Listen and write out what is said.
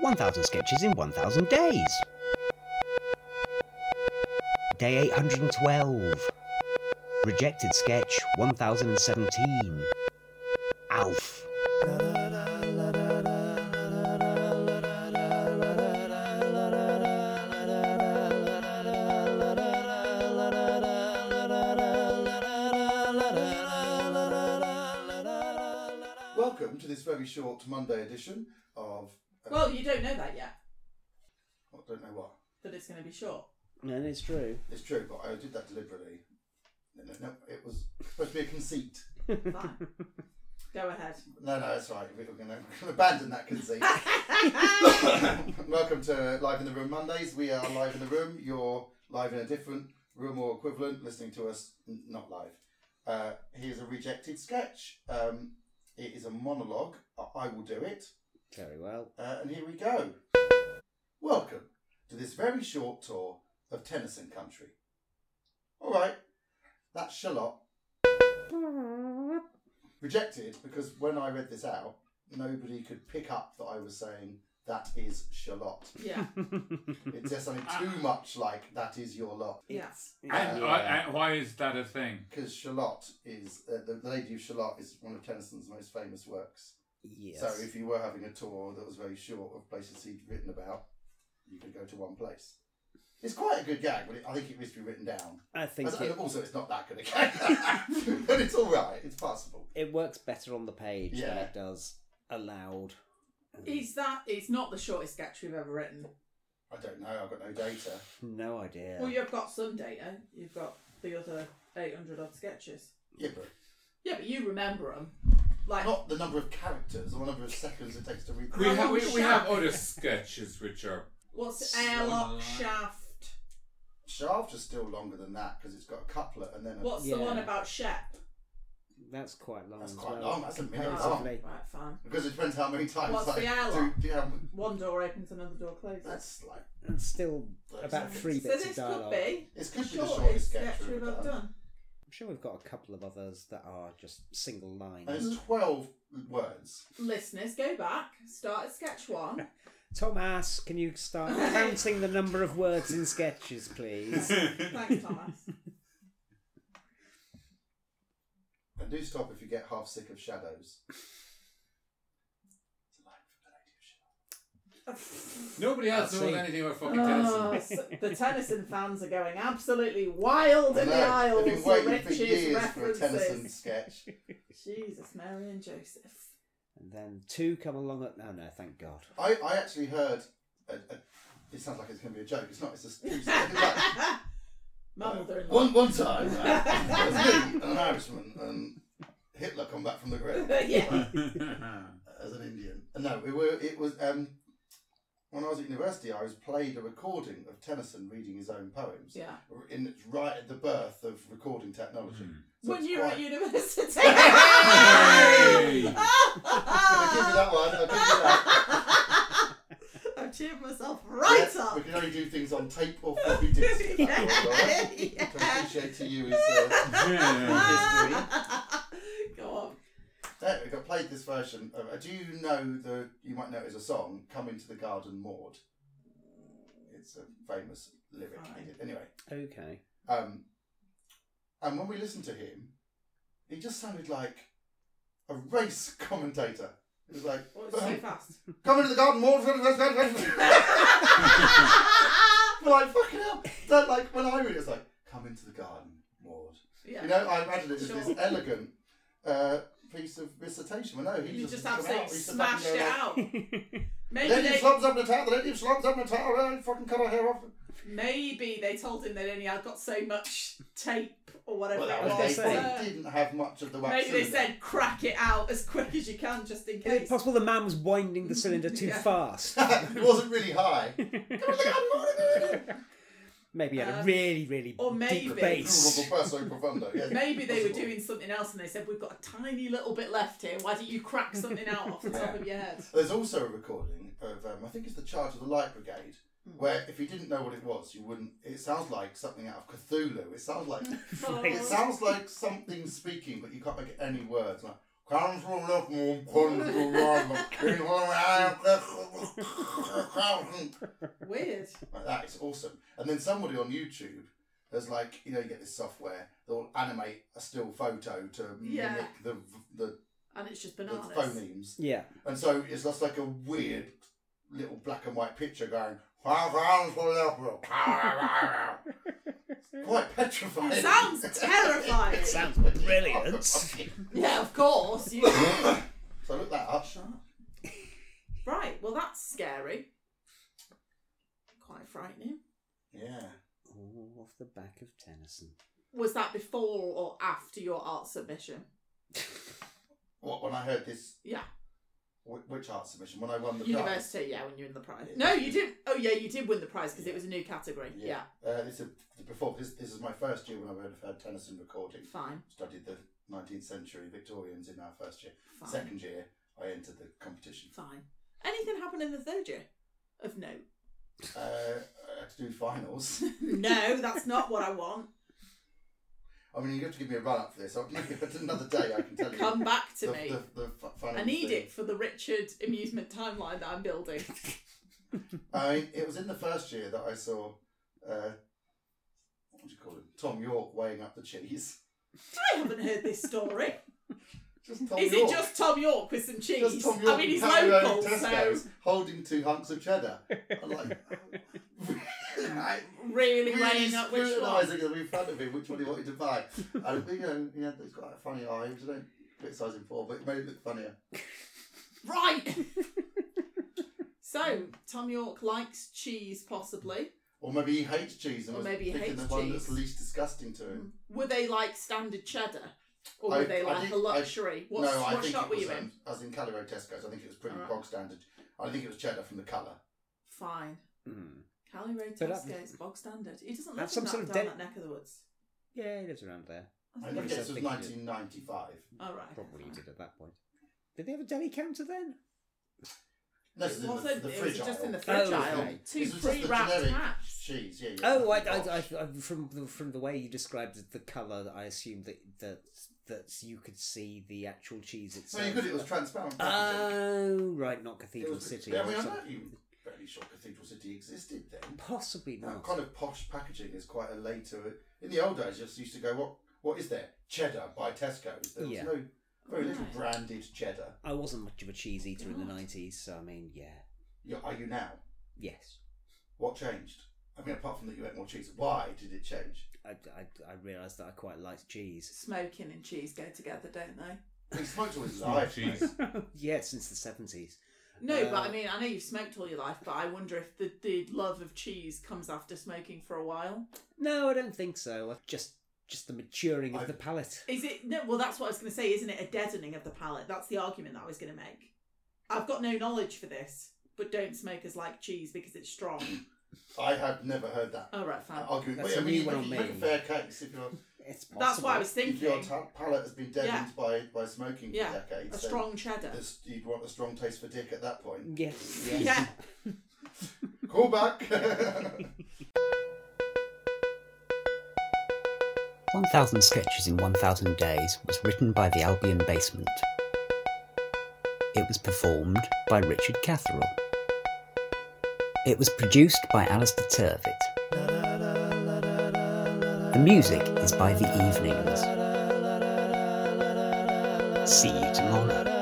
1000 sketches in 1000 days. Day 812. Rejected sketch 1017. Alf. Welcome to this very short Monday edition of. uh, Well, you don't know that yet, I don't know what. that it's going to be short. And it's true. It's true, but I did that deliberately. No, no, no, it was supposed to be a conceit. Fine. Go ahead. No, no, that's right. We're going to abandon that conceit. Welcome to Live in the Room Mondays. We are live in the room. You're live in a different room or equivalent, listening to us n- not live. Uh, here's a rejected sketch. Um, it is a monologue. I, I will do it. Very well. Uh, and here we go. Welcome to this very short tour of Tennyson country. All right, that's shallot. Rejected because when I read this out, nobody could pick up that I was saying that is shallot. Yeah. It just sounded too much like that is your lot. Yeah. And, Yeah. I, and why is that a thing? Because shallot is, uh, the, the Lady of Shalott is one of Tennyson's most famous works. yes. So if you were having a tour that was very short of places he'd written about, you could go to one place. It's quite a good gag, but it, I think it needs to be written down. I think As- it, and also, it's not that good a gag, but it's all right. It's passable. it works better on the page than Yeah. it does aloud. uh, Is that? It's not the shortest sketch we've ever written. I don't know. I've got no data. No idea. Well, you've got some data. You've got the other eight hundred odd sketches. Yeah, but Yeah, but you remember them. Like not the number of characters or number of seconds it takes to read. We Oh, have we, we have shut. other sketches which are what's Slow airlock line. shaft? Shaft is still longer than that because it's got a couplet and then a, What's the Yeah. one about Shep? That's quite long. That's as quite well, long, that's a minute Oh, comparatively. right, fine. because it depends how many times. What's like, the hour? do- do you have- One door opens, another door closes. that's like And still about three so bits this of dialogue. could be it's the could be the shortest shortest sketch sketch we've we've ever ever done. done. I'm sure we've got a couple of others that are just single And lines. it's Mm-hmm. twelve words. Listeners, go back, start at sketch one. Thomas, can you start counting the number of words in sketches, please? Thanks, Thomas. And do stop if you get half sick of shadows. It's a line from the Lady of Shadows. nobody else I'll knows see. anything about fucking Tennyson. Oh, s- the Tennyson fans are going absolutely wild in the I know, aisles. I've been waiting for Rich's years for a references. Tennyson Oh, sketch. Jesus, Mary and Joseph. and then two come along at. Oh no, thank God. I, I actually heard. A, a, it sounds like it's going to be a joke. It's not. It's a. It's like, My mother in law. one one time, uh, it was me and an Irishman and Hitler come back from the grave uh, yeah. as an Indian. No, we were. It was um, when I was at university. I was played a recording of Tennyson reading his own poems. Yeah. In right at the birth of recording technology. So when it's you were at quite- university. Hey! Gonna give you that one. I'll give you that. I've cheered myself right Yeah, up. We can only do things on tape or floppy disks. That's all, Yeah. right? Which I appreciate to you is uh, history. Go on. There, we got played this version. Of, uh, do you know the? You might know it as a song. Come into the garden, Maud. It's a famous lyric. he did. Anyway, Okay. um, and when we listened to him, he just sounded like a race commentator. It was like, Well, it's so fast. "Come into the garden, Maud." We're like fucking hell. That like when I read it, it's like, "Come into the garden, Maud." Yeah. You know, I imagine it as Sure. this elegant uh, piece of recitation. Well, no, he you just just come absolutely out, he said smashed fucking it go like, out. Maybe Lady they, slobs up the towel, the lady slobs up the towel, I fucking cut her hair off. maybe they told him that only had got so much tape or whatever Well, that it was gonna was. they say. Uh, didn't have much of the wax. Maybe they cylinder. said crack it out as quick as you can just in Is it case. possible the man was winding the cylinder too Yeah. fast? it wasn't really high. Come on, look, I'm more than- Maybe he had a Um, really, really or maybe- deep bass. Basso profundo, yes. Maybe they were Possible. doing something else and they said, We've got a tiny little bit left here. Why don't you crack something out off the top of your head? There's also a recording of, um, I think it's the Charge of the Light Brigade, Hmm. where if you didn't know what it was, you wouldn't. It sounds like something out of Cthulhu. It sounds like it sounds like something speaking, but you can't make any words. Like, "Come from the moon, come to the moon, in the eye of the- Weird. like that. It's awesome. And then somebody on YouTube has like, you know, you get this software that will animate a still photo to Yeah. mimic the the, And it's just the bananas. phonemes, Yeah. and so it's just like a weird little black and white picture going. Quite petrifying. It sounds terrifying. It Sounds wicked. brilliant. Yeah, of course. You... so look that up. Shut up. Right, well, that's scary. Quite frightening. Yeah. All off the back of Tennyson. Was that before or after your art submission? What when I heard this? Yeah. Wh- which art submission? When I won the prize. University, yeah, when you're in the prize. No, you did. Oh, yeah, you did win the prize because it was a new category. Yeah, Uh, this is before this. This is my first year when I've heard, heard Tennyson recording. fine. Studied the 19th century Victorians in our first year. Fine. Second year, I entered the competition. Fine. Anything happen in the third year? Of note? Uh, I had to do finals. no, that's not what I want. I mean, you have to give me a run up for this. I'll maybe it's another day. I can tell you. Come back to the, me. The, the, fi- final I need thing. it for the Richard amusement timeline that I'm building. I mean, it was in the first year that I saw. Uh, what do you call him? Tom York weighing up the cheese. I haven't heard this story. Just Tom Is York. it just Tom York with some cheese? Just Tom York I mean, and he's Pat Malone local, and so Tesco's holding two hunks of cheddar. I'm like, I- really really weighing up which one. scrutinising them in front of him, which one he wanted to buy. And you know, he had he's got a funny eye, which I don't criticise him for, but it made it look funnier. Right. so Tom York likes cheese, possibly. Or maybe he hates cheese and Or was maybe he picking the hates one cheese. Mm. that's least disgusting to him. Were they like standard cheddar, or were I- they I like think- a luxury? What, no, I what think shop it were was, you in? Ah. um, I was in Callaway Tesco's. I think it was pretty Alright. bog standard. I think it was cheddar from the colour. Fine. Mm. Cali Ray So that- Tesco's bog standard. He doesn't Have live some in that, sort of down de- that neck of the woods. Yeah, he lives around there. I All think think this so, was I think it- 1995. right. Probably fine. did at that point. Did they have a deli counter then? No, this is in Well, the, so the it fridge was just aisle. in the fridge Oh, aisle. okay. Two This was just the pre-wrapped generic hats. Cheese, yeah, yeah. Oh, I, nothing posh. I, I, I, from the, from the way you described the colour, I assumed that that that you could see the actual cheese No, itself. you could. It was transparent. packaging. Oh, right, not It Cathedral was- City. Yeah, I or mean, I'm something. not even fairly sure Cathedral City existed then. Possibly That not. kind of posh packaging is quite a later. In the old days, you just used to go, "What? What is there? Cheddar by Tesco's." There was Yeah. no very little Right. branded cheddar. I wasn't much of a cheese eater in the God. 90s, so I mean, yeah. You- Are you now? Yes. What changed? I mean, apart from that, you ate more cheese. Why did it change? I, I, I realised that I quite liked cheese. Smoking and cheese go together, don't they? We smoked all his More Oh. life. cheese. mate. yeah, since the 70s. No, but Uh, I mean, I know you've smoked all your life, but I wonder if the, the love of cheese comes after smoking for a while. No, I don't think so. I- Just just the maturing of I- the palate. Is it? No, well, that's what I was going to say. Isn't it a deadening of the palate? That's the argument that I was going to make. I've got no knowledge for this, but don't smokers like cheese because it's strong? I had never heard that oh, right, fine. argument. That's But, I a mean, new one you on make- you me. make a fair case if your It's possible. That's what I was if your thinking. ta- palate has been deadened Yeah. by by smoking Yeah. for decades. A then strong cheddar. this- you'd want a strong taste for dick at that point. Yes. yes. Yeah. Call back. 1000 Sketches in 1000 Days was written by the Albion Basement. It was performed by Richard Catherall. It was produced by Alistair Turvitt. The music is by The Evenings. See you tomorrow.